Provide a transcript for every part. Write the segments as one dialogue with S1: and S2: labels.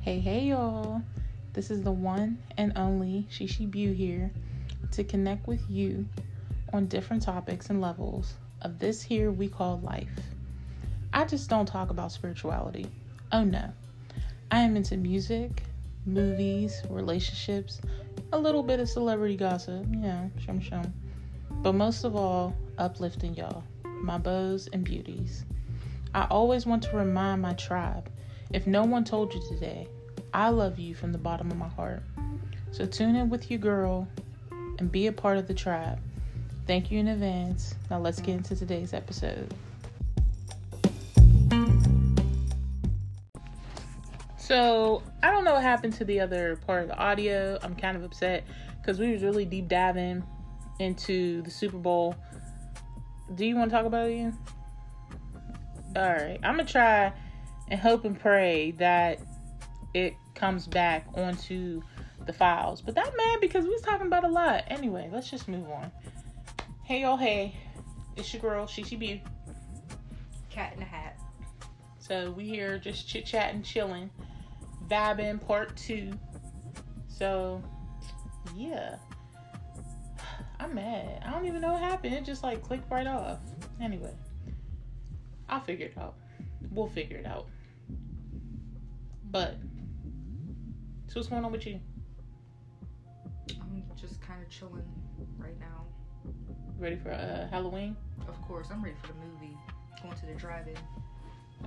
S1: Hey, hey, y'all. This is the one and only Shishi Bu here to connect with you on different topics and levels of this here we call life. I just don't talk about spirituality. Oh no. I am into music, movies, relationships, a little bit of celebrity gossip, you know, shum shum. But most of all, uplifting y'all, my bows and beauties. I always want to remind my tribe if no one told you today, I love you from the bottom of my heart. So tune in with your girl and be a part of the tribe. Thank you in advance. Now let's get into today's episode. So I don't know what happened to the other part of the audio. I'm kind of upset because we was really deep diving into the Super Bowl. Do you want to talk about it again? All right, I'm gonna try and hope and pray that it comes back onto the files. But that man, because we was talking about a lot. Anyway, let's just move on. Hey y'all, hey, it's your girl Shishi Bu.
S2: Cat in a hat.
S1: So we here just chit chatting, chilling, vibing part two. So yeah, I'm mad. I don't even know what happened. It just like clicked right off. Anyway, I'll figure it out. We'll figure it out. But so what's going on with you?
S2: I'm just kind of chilling right now.
S1: Ready for uh, Halloween?
S2: Of course, I'm ready for the movie. Going to the drive-in.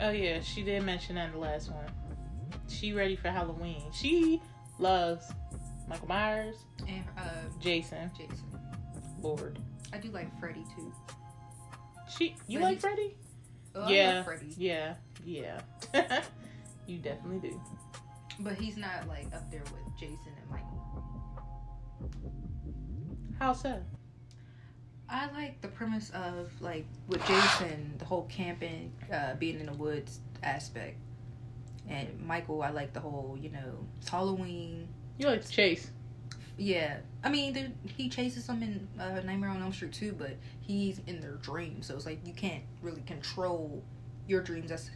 S1: Oh yeah, she did mention that in the last one. She ready for Halloween. She loves Michael Myers,
S2: And uh,
S1: Jason,
S2: Jason.
S1: Lord.
S2: I do like Freddy too.
S1: She you
S2: But
S1: like
S2: he's-
S1: Freddy?
S2: Oh, I
S1: Yeah.
S2: love Freddy,
S1: Yeah, yeah. you definitely do.
S2: but he's not like up there with Jason and Michael.
S1: How so?
S2: I like the premise of like with Jason, the whole camping, uh, being in the woods aspect. And Michael, I like the whole, you know, it's Halloween.
S1: You like to chase.
S2: Yeah, I mean, there- he chases them in uh, Nightmare on Elm Street too, but he's in their dreams, so it's like you can't really control your dreams as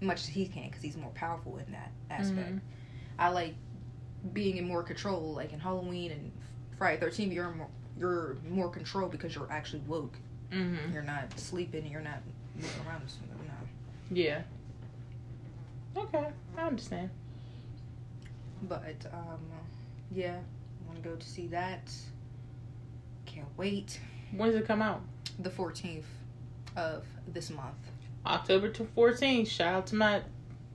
S2: much as he can because he's more powerful in that aspect.
S1: Mhm.
S2: I like being in more control, like in Halloween and Friday Thirteenth. You're in more, you're more control because you're actually woke.
S1: Mm-hmm.
S2: You're not sleeping. and You're not moving around. So no.
S1: Yeah. Okay, I understand.
S2: But um, yeah, I want to go to see that. Can't wait.
S1: When does it come out?
S2: the 14th of this month.
S1: October to 14th. Shout out to my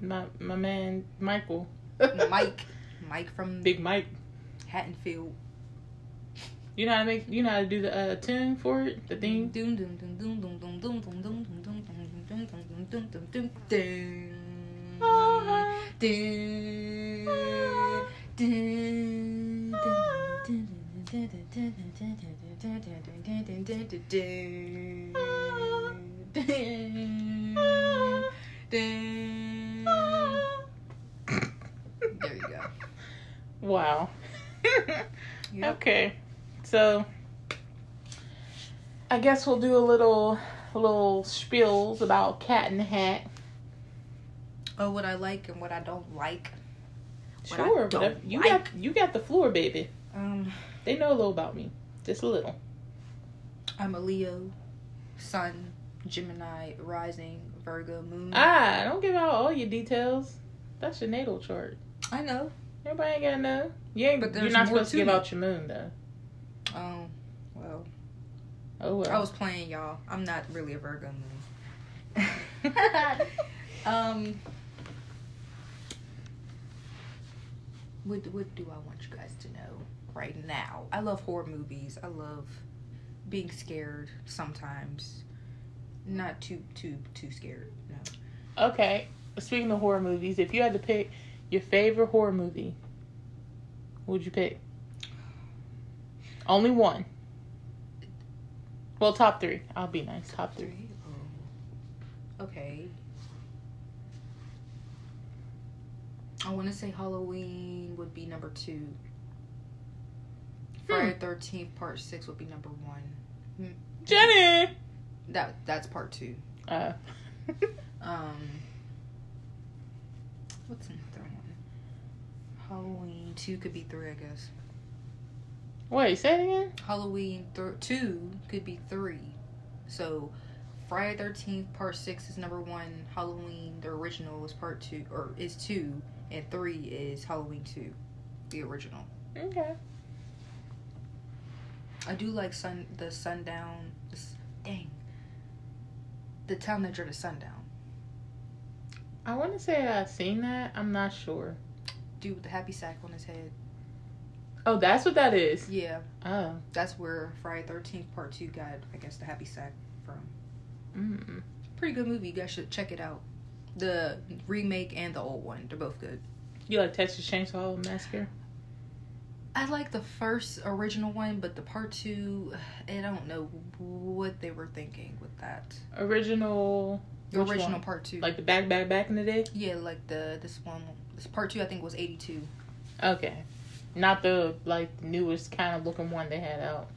S1: my my man Michael.
S2: Mike, Mike from
S1: Big Mike.
S2: Hattonfield.
S1: You know how to make you know how to do the uh, tune for it, the theme.
S2: Dun, dun, dun, dun, dun, dun, dun, dun, dun, dun, dun, dun, dun, dun, dun, dun, dun, dun. Dun, dun, dun, dun, dun, dun, dun, dun, dun, dun, dun, dun, dun, dun, dun, dun, dun. Dun, dun. There you go.
S1: Wow.
S2: Yep.
S1: Okay. So I guess we'll do a little little spiels about Cat in the Hat.
S2: Oh, what I like and what I don't like. What I
S1: Sure,
S2: don't
S1: but if- you got
S2: like.
S1: you got the floor, baby.
S2: Um,
S1: They know a little about me, just a little.
S2: Mm. I'm a Leo, Sun, Gemini, Rising, Virgo, Moon.
S1: Ah, don't give out all your details. That's your natal chart.
S2: I know.
S1: Everybody ain't gonna know. You ain't,
S2: But
S1: you're
S2: there's
S1: not
S2: more
S1: supposed to
S2: to
S1: give
S2: me.
S1: out your moon though.
S2: Um, well,
S1: Oh well.
S2: I was playing y'all. I'm not really a Virgo Moon. um, what what do I want you guys to know right now? I love horror movies. I love being scared sometimes. Not too too too scared. No.
S1: Okay. Speaking of horror movies, if you had to pick your favorite horror movie, what would you pick? Only one. Well, top three. I'll be nice. Top three.
S2: Three. Oh. Okay. I want to say Halloween would be number two.
S1: Hmm.
S2: Friday Thirteenth Part Six would be number one.
S1: Jenny.
S2: That that's part two.
S1: Uh,
S2: Um. What's another one? Halloween two could be three, I guess.
S1: Wait, say it again.
S2: Halloween th- two could be three. So Friday Thirteenth Part Six is number one. Halloween the original is part two, or is two, and three is Halloween two, the original.
S1: Okay.
S2: I do like sun the sundown. The, s- dang. The town that drew the sundown.
S1: I want to say that I've seen that. I'm not sure.
S2: Dude with the happy sack on his head.
S1: Oh, that's what that is.
S2: Yeah,
S1: Oh.
S2: that's where Friday Thirteenth Part Two got, I guess, the happy sack from.
S1: Mm.
S2: Pretty good movie. You guys should check it out. The remake and the old one, they're both good.
S1: You like Texas Chainsaw Massacre?
S2: I like the first original one, but the part two, I don't know what they were thinking with that.
S1: Original.
S2: The
S1: Which
S2: original
S1: one?
S2: part two,
S1: Like the back, back, back in the day?
S2: yeah, like the this one, this part two, I think was eighty two.
S1: Okay. Not the like newest kind of looking one they had out.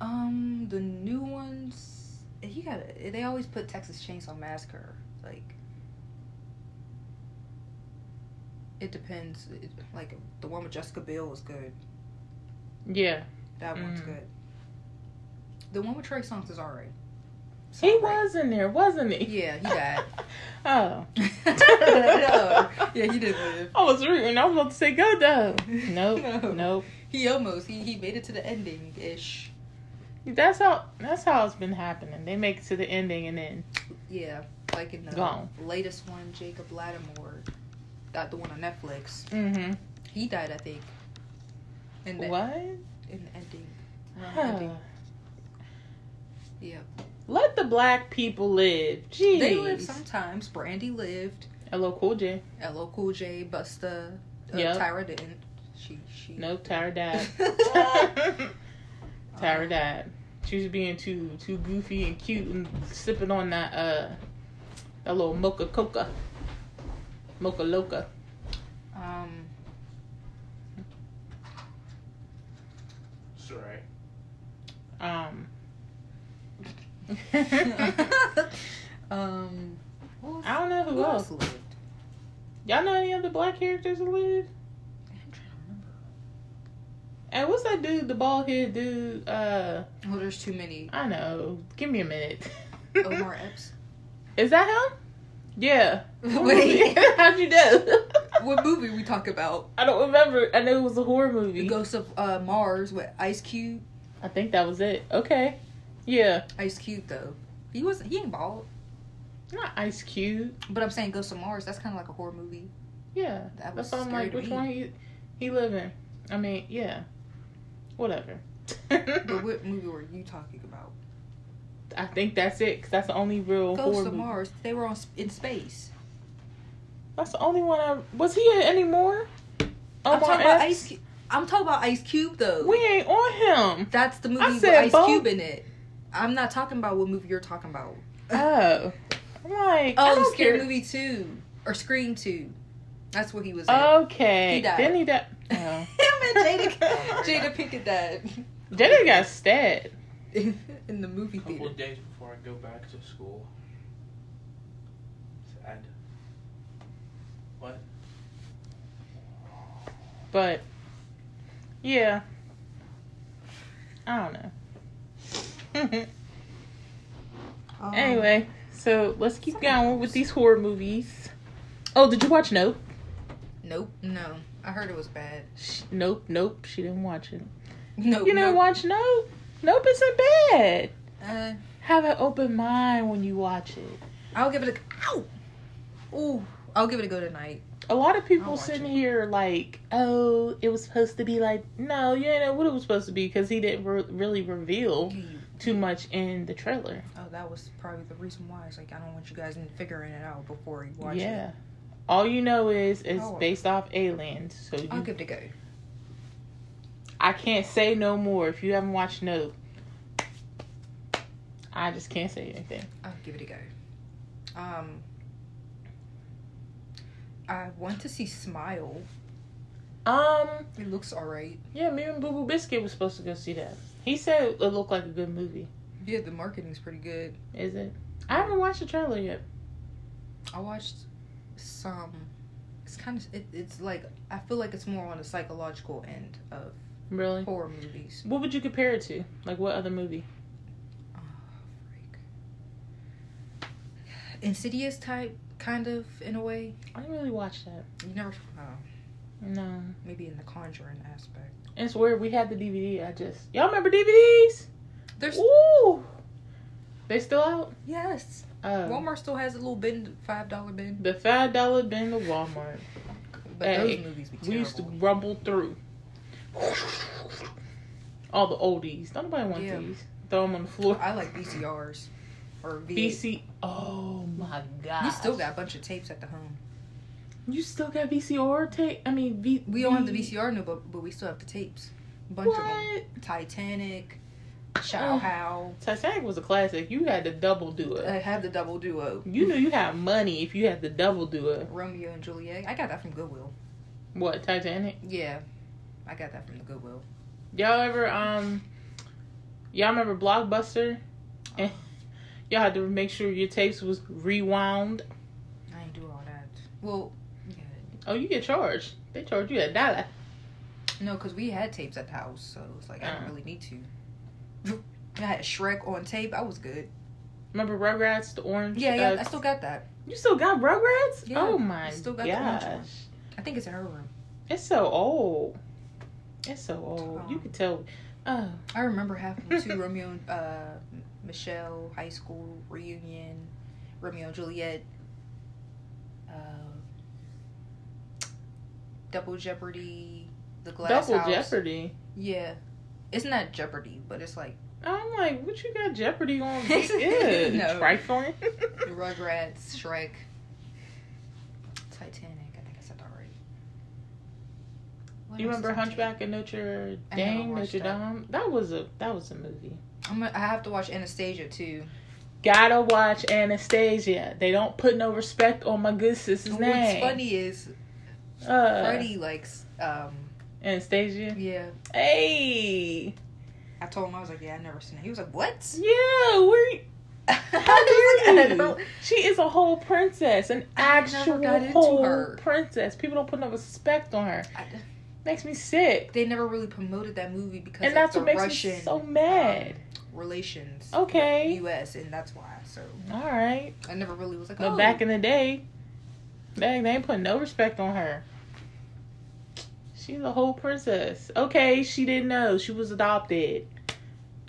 S2: Um, the new ones, you got. to They always put Texas Chainsaw Massacre. Like, it depends. It, like the one with Jessica Biel was good.
S1: Yeah.
S2: That one's
S1: Mm.
S2: good. The one with Trey Songz is alright. It's
S1: He
S2: alright.
S1: was in there, wasn't he?
S2: Yeah, he died.
S1: Oh.
S2: no. Yeah, he did live.
S1: I was rooting. I was about to say go though. Nope.
S2: No.
S1: Nope.
S2: He almost he he made it to the ending ish.
S1: That's how that's how it's been happening. They make it to the ending and then
S2: Yeah, like in the
S1: Gone.
S2: latest one, Jacob Lattimore, that the one on Netflix.
S1: mm-hmm.
S2: He died, I think. In the,
S1: What?
S2: In the ending. Around the
S1: Huh.
S2: ending. Yeah.
S1: Let the black people live. Jeez.
S2: They lived sometimes. Brandy lived.
S1: Hello, Cool J.
S2: LL Cool J, Busta. Uh,
S1: Yep.
S2: Tyra didn't. She she.
S1: Nope, Tyra died.
S2: Um,
S1: Tyra died. She was being too too goofy and cute and sipping on that uh that little mocha coca. Mocha loca.
S2: Um.
S3: Sorry.
S1: Um
S2: um. What was,
S1: I don't know who,
S2: who
S1: else.
S2: else lived?
S1: Y'all know any other black characters that live?
S2: I'm trying to remember.
S1: And what's that dude, the bald head dude? Uh
S2: Well, there's too many.
S1: I know. Give me a minute.
S2: Omar Epps.
S1: Is that him? Yeah.
S2: Wait.
S1: How'd you know?
S2: what movie we talk about?
S1: I don't remember. I know it was a horror
S2: The
S1: movie.
S2: Ghost of uh, Mars with Ice Cube.
S1: I think that was it. Okay. Yeah.
S2: Ice Cube though. He wasn't. He ain't bald.
S1: Not Ice Cube.
S2: But I'm saying Ghost of Mars. That's kind of like a horror movie.
S1: Yeah.
S2: That was
S1: That's why I'm
S2: scary
S1: like,
S2: to
S1: which
S2: me.
S1: one he he living? I mean, yeah. Whatever.
S2: But what movie were you talking about?
S1: I think that's it because that's the only real horror
S2: Ghost of
S1: movie.
S2: Mars. They were on s- in space.
S1: That's the only one I was he in anymore. Oh,
S2: I'm talking about Ice. Cu- I'm talking about Ice Cube though.
S1: We ain't on him.
S2: That's the movie
S1: I
S2: with
S1: said
S2: Ice
S1: both.
S2: Cube in it. I'm not talking about what movie you're talking about.
S1: Oh, I'm like, I
S2: Oh,
S1: don't
S2: Scary
S1: care.
S2: Movie Two or Scream Two. That's what he
S1: Oh,
S2: was in.
S1: Okay.
S2: He died.
S1: Then he died.
S2: Him
S1: Oh.
S2: and Jada, Jada Pinkett died
S1: Jada got stabbed.
S2: in the movie
S3: A couple
S2: theater.
S3: of days before I go back to school. Sad. What?
S1: But yeah, I don't know.
S2: Um,
S1: anyway, so let's keep going with these horror movies. Oh, did you watch Nope?
S2: Nope. No. I heard it was bad.
S1: Sh nope, nope. She didn't watch it.
S2: Nope.
S1: You didn't
S2: nope.
S1: watch Nope? Nope isn't bad.
S2: Uh,
S1: Have an open mind when you watch it.
S2: I'll give it a. Ow! Ooh. I'll give it a go tonight.
S1: A lot of
S2: I'll
S1: people
S2: watch
S1: sitting
S2: it.
S1: here like, oh, it was supposed to be like, no, you didn't know what it was supposed to be because he didn't re- really reveal too much in the trailer.
S2: Oh, that was probably the reason why. It's like, I don't want you guys figuring it out before you watch
S1: yeah.
S2: it.
S1: All you know is it's
S2: Oh.
S1: based off aliens, so
S2: I'll
S1: you,
S2: give it a go.
S1: I can't say no more. If you haven't watched Nope, I just can't say anything.
S2: I'll give it a go. Um. I want to see Smile.
S1: Um,
S2: It looks alright.
S1: yeah, me and Boo Boo Biscuit was supposed to go see that. He said it looked like a good movie.
S2: Yeah, the marketing's pretty good.
S1: Is it? I haven't watched the trailer yet.
S2: I watched some. it's kind of it, it's like I feel like it's more on the psychological end of
S1: Really?
S2: horror movies.
S1: What would you compare it to? Like what other movie?
S2: Oh, freak. Insidious type, kind of in a way.
S1: I didn't really watch that.
S2: You never. Oh,
S1: No.
S2: maybe in the Conjuring aspect.
S1: It's weird. We had the DVD. I just y'all remember DVDs?
S2: There's
S1: Ooh. They still out?
S2: yes.
S1: Uh,
S2: Walmart still has a little bin, five dollar bin.
S1: The five dollar bin to Walmart.
S2: But
S1: Hey,
S2: those movies be terrible.
S1: We used to rumble through all the oldies. Don't nobody want
S2: Yeah.
S1: these. Throw them on the floor.
S2: I like VCRs or V.
S1: VC. Oh my god.
S2: We still got a bunch of tapes at the home.
S1: You still got VCR tape? I mean, v-
S2: We don't
S1: Mm.
S2: have the VCR no, but but we still have the tapes. Bunch of them.
S1: What?
S2: Titanic,
S1: Oh.
S2: Chow How.
S1: Titanic was a classic. You had the double duo.
S2: I had the double duo.
S1: You knew you had money if you had the double duo.
S2: Romeo and Juliet. I got that from Goodwill.
S1: What Titanic?
S2: Yeah, I got that from the Goodwill.
S1: Y'all ever um? Y'all remember Blockbuster? And y'all had to make sure your tapes was rewound.
S2: I ain't do all that. Well, yeah.
S1: Oh, you get charged. They charge you a dollar.
S2: no, because we had tapes at the house, so it's like I
S1: Uh.
S2: didn't really need to. I had Shrek on tape. I was good.
S1: Remember Rugrats, the orange?
S2: Yeah, yeah.
S1: uh,
S2: I still got that.
S1: you still got Rugrats?
S2: Yeah,
S1: oh my
S2: I still got the
S1: gosh,
S2: orange one. I think it's in her room.
S1: it's so old. It's so old. You
S2: Oh.
S1: could tell. Oh,
S2: I remember having two Romeo and uh, Michelle high school reunion, Romeo and Juliet, uh, Double Jeopardy, The Glass
S1: double
S2: House.
S1: Jeopardy.
S2: Yeah, it's not Jeopardy, but it's like
S1: I'm like, what you got Jeopardy on? Yeah,
S2: No.
S1: trifling.
S2: Rugrats, Shrek, Titanic. I think I said that right. What
S1: you
S2: else
S1: remember
S2: is on
S1: Hunchback of Notre
S2: I never
S1: Dame,
S2: watched
S1: Notre
S2: that.
S1: Dame? That was a that was a movie.
S2: tape? I'm gonna, I have to watch Anastasia too.
S1: Gotta watch Anastasia. They don't put no respect on my good sister's
S2: What's
S1: name.
S2: Oh, funny is
S1: Uh,
S2: Freddie likes. Um,
S1: Anastasia.
S2: yeah,
S1: Hey.
S2: I told him I was like, yeah, I never seen it. He was like, what?
S1: Yeah, where
S2: I
S1: How
S2: was like,
S1: dare
S2: I don't-
S1: you? She is a whole princess, an
S2: I never
S1: actual
S2: got into
S1: whole
S2: her.
S1: princess. People don't put no respect on her.
S2: I-
S1: Makes me sick,
S2: they never really promoted that movie because
S1: and
S2: of
S1: that's
S2: the
S1: what makes
S2: Russian um,
S1: me so mad.
S2: relations,
S1: okay,
S2: U.S. and that's why. So
S1: all right.
S2: I never really was like,
S1: But
S2: oh,
S1: back in the day, dang, they ain't put no respect on her. She's a whole princess. Okay, she didn't know she was adopted.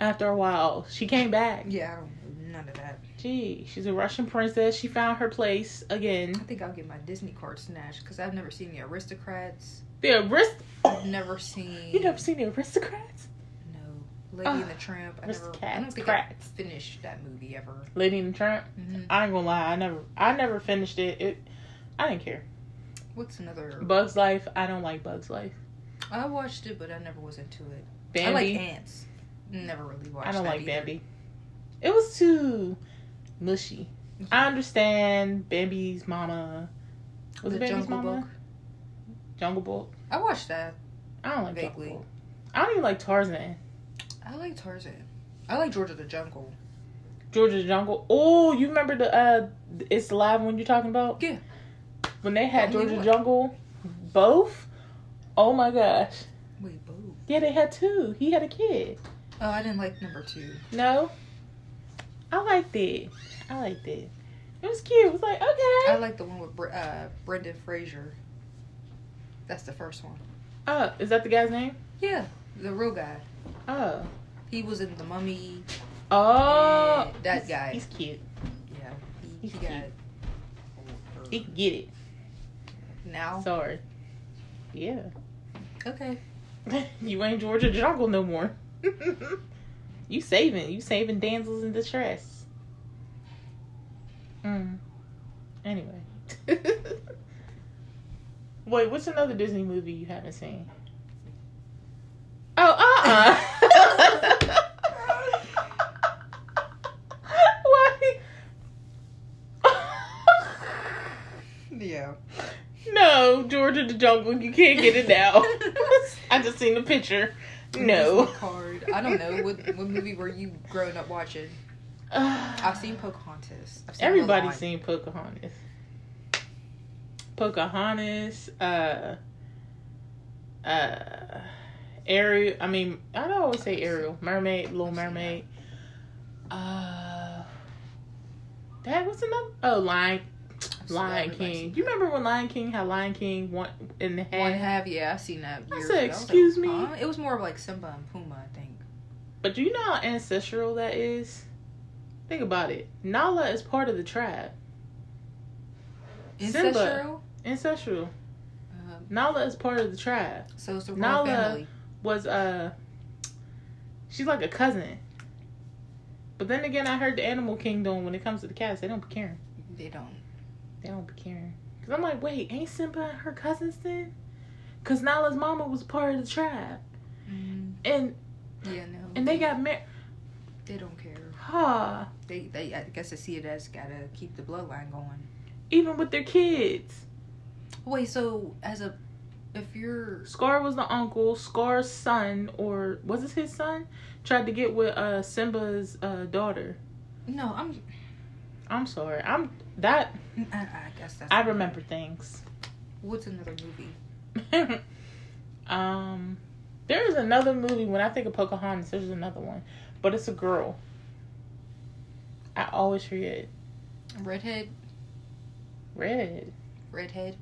S1: After a while, she came back.
S2: yeah, I don't, none of that.
S1: Gee, she's a Russian princess. She found her place
S2: I
S1: again.
S2: think I'll get my Disney card snatched because I've never seen the Aristocrats.
S1: The arist.
S2: I've never seen
S1: You never seen the aristocrats?
S2: no Lady and the
S1: Ugh,
S2: Tramp. I
S1: Risk
S2: never. I
S1: cats,
S2: don't think
S1: crats.
S2: I finished that movie ever.
S1: Lady and the Tramp.
S2: Mhm.
S1: I ain't gonna lie, I never, I never finished it. It, I didn't care.
S2: What's another?
S1: Bugs Life. I don't like Bugs Life.
S2: I watched it, but I never was into it.
S1: Bambi.
S2: I
S1: I,
S2: like ants. Never really watched.
S1: don't
S2: that
S1: like
S2: either.
S1: Bambi. It was too mushy. I understand Bambi's mama. Was
S2: The
S1: it Bambi's
S2: Jungle
S1: mama?
S2: Book.
S1: Jungle Book.
S2: I watched that.
S1: I don't like
S2: Vaguely.
S1: Jungle Book. I don't even like Tarzan.
S2: I like Tarzan. I like George of the Jungle.
S1: Georgia the Jungle. Oh, you remember the uh, it's the live one you're talking about?
S2: Yeah.
S1: When they had
S2: The only
S1: Georgia
S2: one.
S1: Jungle, both. Oh my gosh.
S2: Wait, boo.
S1: Yeah, they had two. He had a kid.
S2: Oh, I didn't like number two.
S1: No. I liked it. I liked it. It was cute. It was like, okay.
S2: I like the one with Bre- uh, Brendan Fraser. That's the first one.
S1: oh, is that the guy's name?
S2: Yeah, the real guy.
S1: Oh.
S2: He was in The Mummy.
S1: Oh.
S2: that
S1: He's-
S2: guy.
S1: He's cute.
S2: Yeah, he,
S1: He's
S2: he got.
S1: He can get it.
S2: Now,
S1: Sorry. Yeah.
S2: okay.
S1: you ain't Georgia Jungle no more. you saving. You saving damsels in distress. Mm. Anyway. Wait, what's another Disney movie you haven't seen? Oh, uh uh Why?
S2: Yeah.
S1: no, Georgia the Jungle, you can't get it now. I just seen the picture. No.
S2: Disney Card. I don't know what what movie were you growing up watching. I've seen Pocahontas. I've seen
S1: Everybody's
S2: Mulan.
S1: seen Pocahontas. Pocahontas, uh, uh, Ariel. I mean, I don't always say Ariel, Mermaid, Little
S2: I've seen
S1: Mermaid. Uh, that was another. Oh, Lion,
S2: I've seen
S1: Lion
S2: everybody
S1: King.
S2: seen
S1: You remember when Lion King had Lion King one in the
S2: that. One
S1: head?
S2: half, yeah, I've seen that.
S1: I
S2: years
S1: said,
S2: ago. was like,
S1: "Excuse me?"
S2: huh? It was more of like Simba and Puma, I think.
S1: But do you know how ancestral that is? Think about it. Nala is part of the tribe. Simba.
S2: Ancestral.
S1: Ancestral.
S2: Uh,
S1: Nala is part of the tribe.
S2: so it's the royal
S1: Nala.
S2: family.
S1: was uh she's like a cousin. But then again I heard the animal kingdom when it comes to the cats, they don't be caring.
S2: They don't.
S1: They don't be caring. Cause I'm like, wait, ain't Simba and her cousins then? Cause Nala's mama was part of the tribe. And
S2: Mm, Yeah, no.
S1: and they got married
S2: They don't care.
S1: ha
S2: They, they. I guess I see it as gotta keep the bloodline going.
S1: even with their kids.
S2: Wait, so as a, if you're
S1: Scar was the uncle, Scar's son, or was it his son? Tried to get with uh Simba's uh daughter.
S2: no, I'm.
S1: I'm sorry. I'm that
S2: I, I guess that's.
S1: I remember things.
S2: What's another movie?
S1: um, there is another movie when I think of Pocahontas. There's another one, but it's a girl. I always forget.
S2: Redhead.
S1: Red,
S2: Redhead.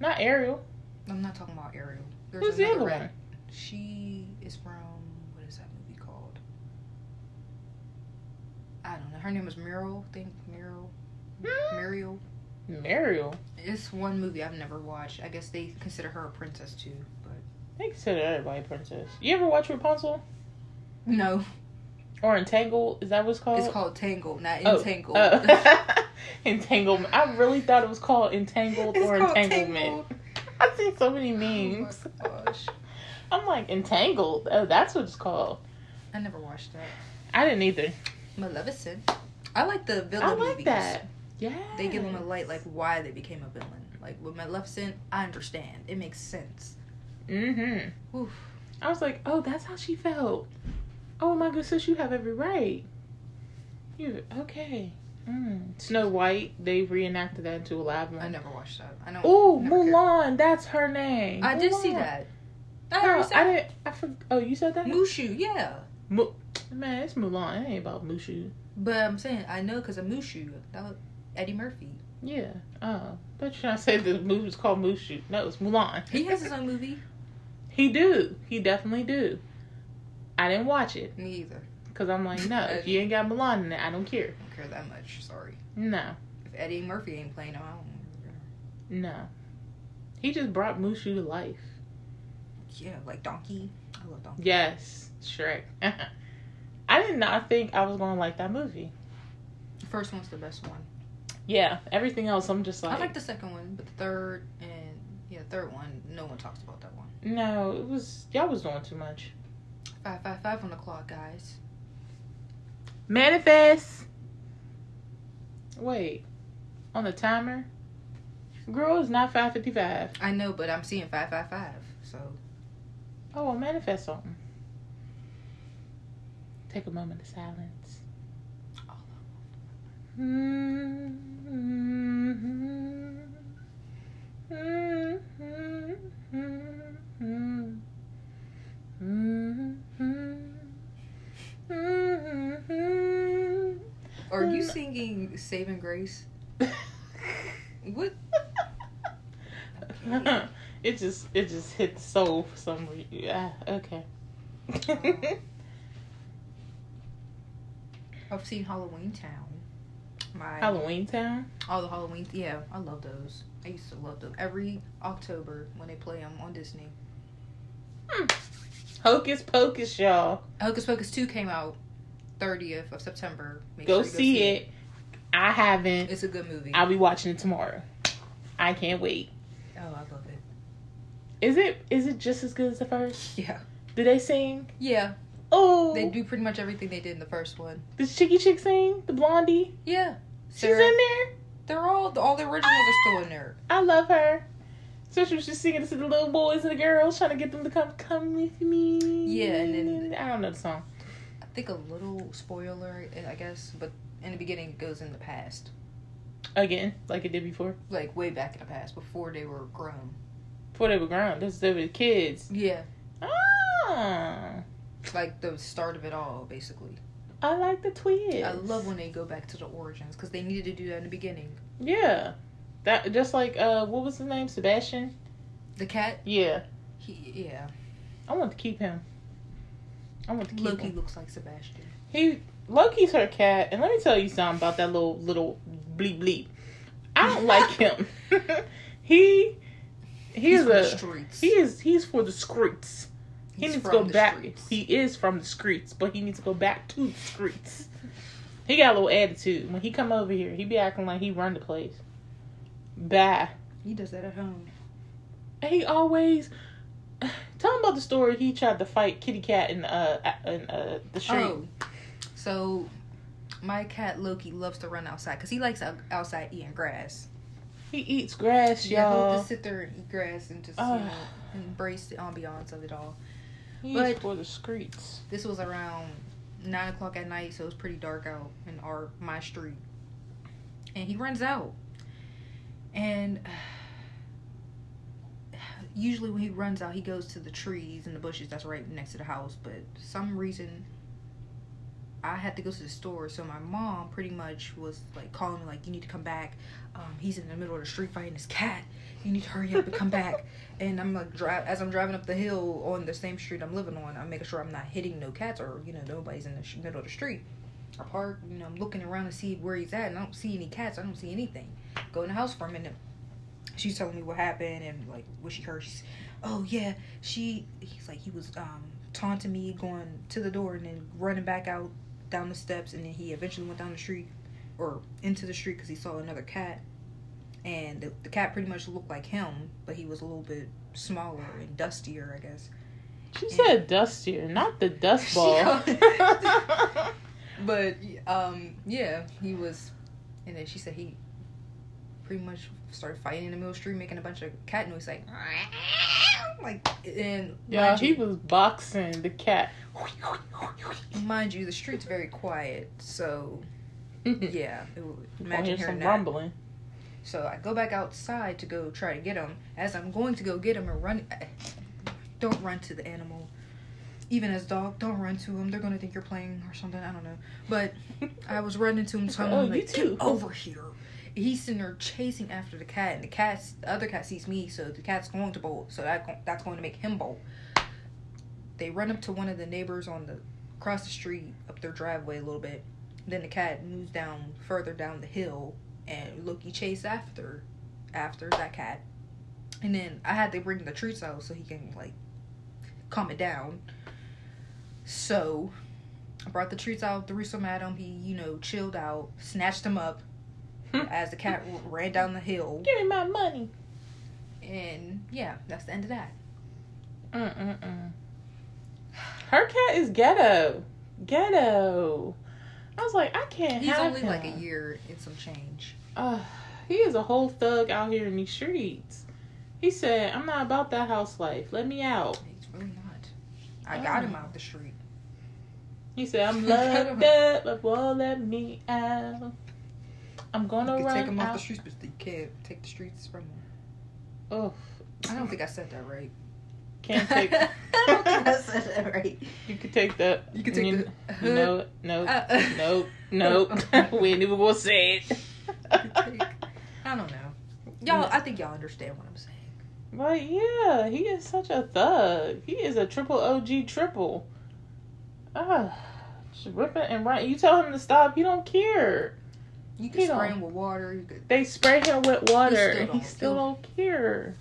S1: not Ariel.
S2: I'm not talking about Ariel. There's
S1: Who's the
S2: another
S1: other
S2: red-
S1: one?
S2: She is from what is that movie called? I don't know. Her name is Muriel. I think Muriel.
S1: Hmm?
S2: Muriel.
S1: Mariel.
S2: It's one movie I've never watched. I guess they consider her a princess too, but
S1: They consider everybody princess. You ever watch Rapunzel
S2: no.
S1: or Entangled? Is that what it's called?
S2: It's called Tangled, not
S1: Oh,
S2: Entangled.
S1: oh. entanglement. I really thought it was called entangled
S2: It's
S1: or
S2: called
S1: entanglement. I've seen so many
S2: Tangled.
S1: memes.
S2: Oh my gosh.
S1: I'm like entangled. Oh, that's what it's called.
S2: I never watched that.
S1: I didn't either.
S2: Maleficent. I like the villain
S1: I like
S2: movies.
S1: that. Yeah.
S2: They give them a light, like why they became a villain. Like with Maleficent, I understand. It makes sense.
S1: Mm-hmm.
S2: Oof.
S1: I was like, oh, that's how she felt. Oh my good sis, you have every right. You okay? Mm. Snow White. They reenacted that into a live
S2: I
S1: one.
S2: never watched that. I know.
S1: Oh,
S2: never cared.
S1: Mulan. That's her name.
S2: I did see
S1: Mulan.
S2: that. I
S1: Girl,
S2: already
S1: I
S2: said
S1: didn't. I for, Oh, you said that.
S2: Mushu, yeah.
S1: Mu- Man, it's Mulan. It ain't about Mushu.
S2: But I'm saying I know because of Mushu. That was Eddie Murphy.
S1: Yeah. Oh, don't you trying to say the movie was called Mushu? No, it's Mulan.
S2: He has his own movie.
S1: He do. He definitely do. I didn't watch it
S2: Me either.
S1: because I'm like, no, if you ain't got Mulan in it, I don't care.
S2: I don't care that much. Sorry.
S1: No.
S2: If Eddie Murphy ain't playing him, I don't.
S1: No. He just brought Mushu to life.
S2: Yeah, like Donkey. I love Donkey.
S1: Yes, Shrek. I did not think I was going to like that movie.
S2: The first one's the best one.
S1: Yeah, everything else, I'm just like,
S2: I like the second one, but the third and yeah, third one, no one talks about that one.
S1: no, it was, y'all was doing too much.
S2: Five five five on the clock, guys.
S1: Manifest! Wait, on the timer? Girl, it's not 555.
S2: I know, but I'm seeing five five five. So
S1: Oh, well, manifest something. Take a moment of silence.
S2: are you
S1: Mm.
S2: singing Saving Grace? What?
S1: it just it just hit the soul for some reason. Yeah, okay.
S2: I've seen Halloween Town. My
S1: Halloween Town.
S2: all the Halloween. Yeah, I love those. I used to love them every October when they play them on Disney.
S1: Hocus Pocus, y'all.
S2: Hocus Pocus two came out thirtieth of September. Make
S1: Go
S2: sure you
S1: see it. I haven't.
S2: It's a good movie.
S1: I'll be watching it tomorrow. I can't wait.
S2: oh, I love it.
S1: Is it is it just as good as the first?
S2: Yeah.
S1: Do they sing?
S2: Yeah,
S1: Oh,
S2: they do pretty much everything they did in the first one.
S1: Does Chicky Chick sing? The blondie?
S2: Yeah,
S1: She's in there.
S2: They're all all the originals are still in there.
S1: I love her. Especially when she's singing to the little boys and the girls, trying to get them to come come with me.
S2: Yeah, and then-
S1: I don't know the song.
S2: eh, I think a little spoiler, I guess, but in the beginning it goes in the past.
S1: again, like it did before.
S2: like way back in the past before they were grown.
S1: Before they were grown, this they were kids.
S2: Yeah,
S1: Ah,
S2: like the start of it all, basically.
S1: I like the tweets.
S2: I love when they go back to the origins because they needed to do that in the beginning.
S1: Yeah, that just like uh, what was his name, Sebastian?
S2: The cat,
S1: Yeah,
S2: he yeah,
S1: I want to keep him. I want to keep
S2: Loki
S1: him.
S2: looks like Sebastian.
S1: He Loki's her cat, and let me tell you something about that little little bleep bleep. I don't like him. he he
S2: He's
S1: is
S2: from the
S1: a
S2: streets.
S1: he is he's for the streets. He
S2: He's
S1: needs to
S2: from
S1: go
S2: the
S1: back.
S2: streets.
S1: He is from the streets, but he needs to go back to the streets. He got a little attitude. When he come over here, he be acting like he run the place. Bye.
S2: He does that at home.
S1: And he always tell him about the story. He tried to fight Kitty Cat in uh in uh the street.
S2: Oh, so my cat Loki loves to run outside because he likes out- outside eating grass.
S1: He eats grass,
S2: Yeah, he'll
S1: y'all.
S2: just sit there and eat grass and just
S1: Oh.
S2: you know embrace the ambiance of it all.
S1: He's
S2: But-
S1: for the streets.
S2: This was around nine o'clock at night, so it was pretty dark out in our my street. And he runs out, and usually when he runs out, he goes to the trees and the bushes that's right next to the house. But some reason, I had to go to the store, so my mom pretty much was like calling me like, "You need to come back. Um, he's in the middle of the street fighting his cat. You need to hurry up and come back." and I'm like drive as I'm driving up the hill on the same street I'm living on. I'm making sure I'm not hitting no cats or you know nobody's in the sh- middle of the street. I park, you know, I'm looking around to see where he's at, and I don't see any cats. I don't see anything. Go in the house for a minute. She's telling me what happened and like what she heard. She's, oh yeah, she. He's like he was um taunting me, going to the door and then running back out down the steps, and then he eventually went down the street or into the street because he saw another cat. And the, the cat pretty much looked like him, but he was a little bit smaller and dustier, I guess.
S1: She said dustier, not the dust ball.
S2: She But um, yeah, he was, and then she said he pretty much started fighting in the middle of the street, making a bunch of cat noise, like like and
S1: yeah,
S2: mind,
S1: he
S2: you,
S1: was boxing the cat.
S2: mind you, the street's very quiet, so
S1: yeah,
S2: yeah, it would,
S1: imagine
S2: imagine
S1: some
S2: hearing that.
S1: rumbling.
S2: So I go back outside to go try to get him. As I'm going to go get him and run, don't run to the animal. Even as dog, don't run to him. They're gonna think you're playing or something. I don't know. But I was running to him, telling
S1: Oh,
S2: him
S1: you
S2: like,
S1: too.
S2: "Get over here." He's sitting there chasing after the cat, and the cat's the other cat sees me, so the cat's going to bolt. So that go- that's going to make him bolt. They run up to one of the neighbors on the across the street up their driveway a little bit. Then the cat moves down further down the hill, and Loki chased after after that cat. And then I had to bring the treats out so he can like calm it down. So I brought the treats out, threw some at him. He, you know, chilled out, snatched them up as the cat r- ran down the hill.
S1: Give me my money.
S2: And yeah, that's the end of that.
S1: Mm-mm-mm. Her cat is ghetto, ghetto. I was like, I can't.
S2: He's
S1: have
S2: only
S1: him.
S2: like a year and some change.
S1: Uh, he is a whole thug out here in these streets. He said, "I'm not about that house life. Let me out."
S2: He's really not. I got him out the street.
S1: He said, "I'm loved up, but won't let me out. I'm
S2: You
S1: gonna
S2: can
S1: run
S2: take him
S1: out."
S2: off the streets, but you can't take the streets from him.
S1: Ugh,
S2: I don't think I said that right.
S1: can't take.
S2: I don't think I said that right.
S1: you could take that.
S2: You can take
S1: you-
S2: the hood.
S1: No, no,
S2: Uh, uh.
S1: nope, nope. we ain't even gonna say it.
S2: I don't know. Y'all, I think y'all understand what I'm saying.
S1: But yeah, he is such a thug. He is a triple OG triple. Ah, just ripping and running. You tell him to stop, he don't care.
S2: You can
S1: You know.
S2: spray him with water. You could.
S1: They spray him with water,
S2: still
S1: and he
S2: don't
S1: still
S2: care.
S1: don't care.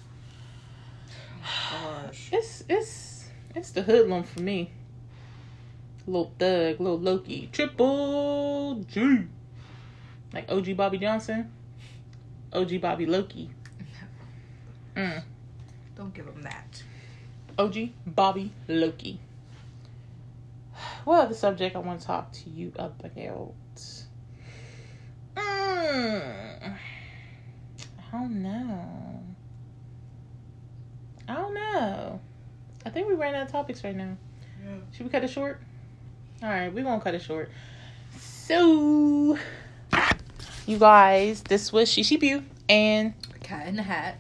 S2: Gosh.
S1: It's it's it's the hoodlum for me. Little thug, little Loki, triple G, like OG Bobby Johnson, OG Bobby Loki, mm.
S2: Don't give him that.
S1: OG Bobby Loki. What other subject I want to talk to you about? Mm. I don't know. I don't know. I think we ran out of topics right now. Should we cut it short? All right, we're gonna cut it short. So, you guys, this was Shishi Bu, and
S2: Cat in the Hat.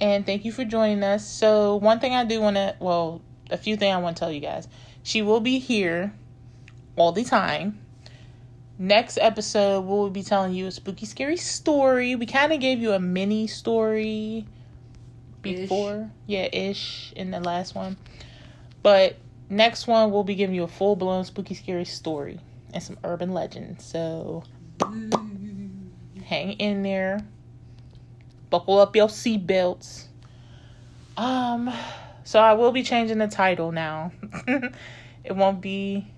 S1: and thank you for joining us. So one thing I do want to, well, a few things I want to tell you guys. She will be here all the time. Next episode, we'll be telling you a spooky, scary story. We kind of gave you a mini story
S2: Ish.
S1: before, yeah, ish, in the last one. But next one, we'll be giving you a full blown spooky, scary story and some urban legends. So hang in there. Buckle up your seatbelts. Um, so I will be changing the title now. it won't be.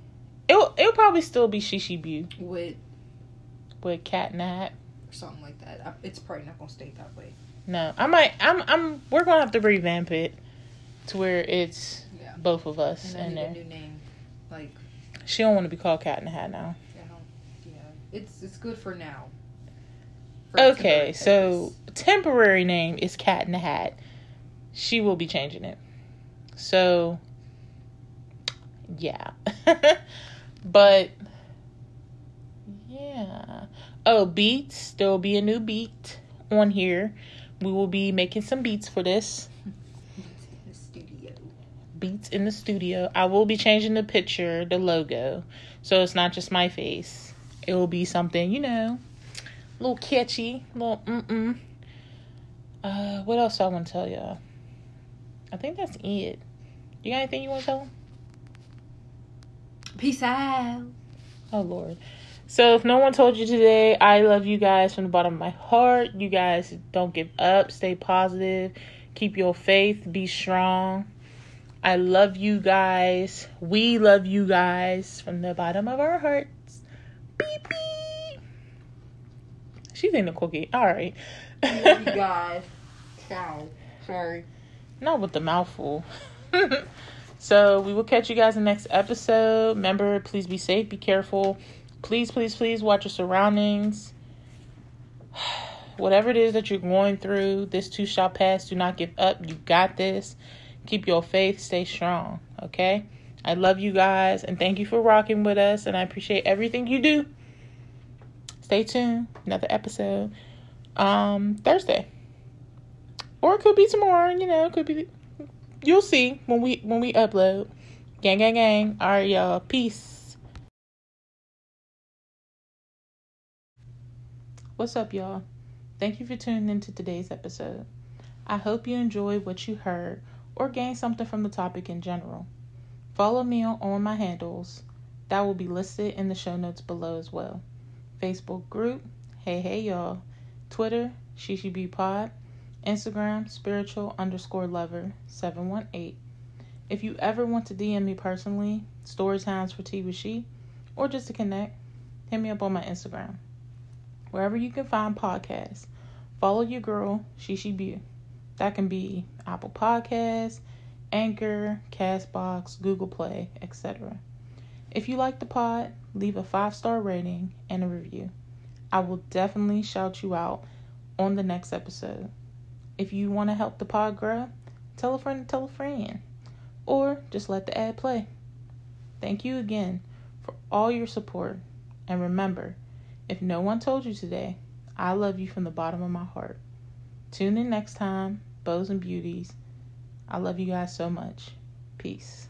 S1: It'll it'll probably still be Shishi Bu
S2: With
S1: with Cat Nat.
S2: or something like that. I, it's probably not gonna stay that way.
S1: No, I might. I'm I'm. We're gonna have to revamp it to where it's
S2: Yeah.
S1: both of us
S2: And
S1: in
S2: I need a
S1: there.
S2: new name. Like,
S1: She don't want to be called Cat in the Hat now.
S2: I don't. Yeah. It's it's good for now. For
S1: Okay,
S2: temporary
S1: so
S2: purpose.
S1: temporary name is Cat in the Hat. She will be changing it. So, yeah. but, yeah. Oh, beats. There will be a new beat on here. We will be making some beats for this.
S2: It's in the studio.
S1: Beats in the studio. I will be changing the picture, the logo. So it's not just my face. It will be something, you know, a little catchy, a little mm mm. Uh, what else I want to tell y'all? I think that's it. You got anything you want to tell? 'em?
S2: Peace out.
S1: Oh Lord. So if no one told you today, I love you guys from the bottom of my heart. You guys don't give up. Stay positive. Keep your faith. Be strong. I love you guys. We love you guys from the bottom of our hearts. Beep beep. She's in the cookie. All right.
S2: Love you guys. Ciao. Sorry.
S1: Not with the mouthful. so we will catch you guys in the next episode. Remember, please be safe, be careful. Please, please, please watch your surroundings. Whatever it is that you're going through, this too shall pass. Do not give up. You got this. Keep your faith. Stay strong. Okay? I love you guys and thank you for rocking with us. And I appreciate everything you do. Stay tuned. Another episode um Thursday or it could be tomorrow. You know, it could be. You'll see when we when we upload. Gang, gang, gang. All right, y'all. Peace. What's up, y'all? Thank you for tuning into today's episode. I hope you enjoyed what you heard or gained something from the topic in general. Follow me on, on my handles. That will be listed in the show notes below as well. Facebook group, Hey Hey Y'all. Twitter, ShishiBPod. Pod. Instagram spiritual underscore lover 718. If you ever want to DM me personally, story times for tea with she, or just to connect, hit me up on my Instagram. Wherever you can find podcasts, follow your girl Shishi Bu. That can be Apple Podcasts, Anchor, Castbox, Google Play, etc. If you like the pod, leave a five star rating and a review. I will definitely shout you out on the next episode. If you want to help the pod grow, tell a friend to tell a friend, or just let the ad play. Thank you again for all your support, and remember, if no one told you today, I love you from the bottom of my heart. Tune in next time, Bows and Beauties. I love you guys so much. Peace.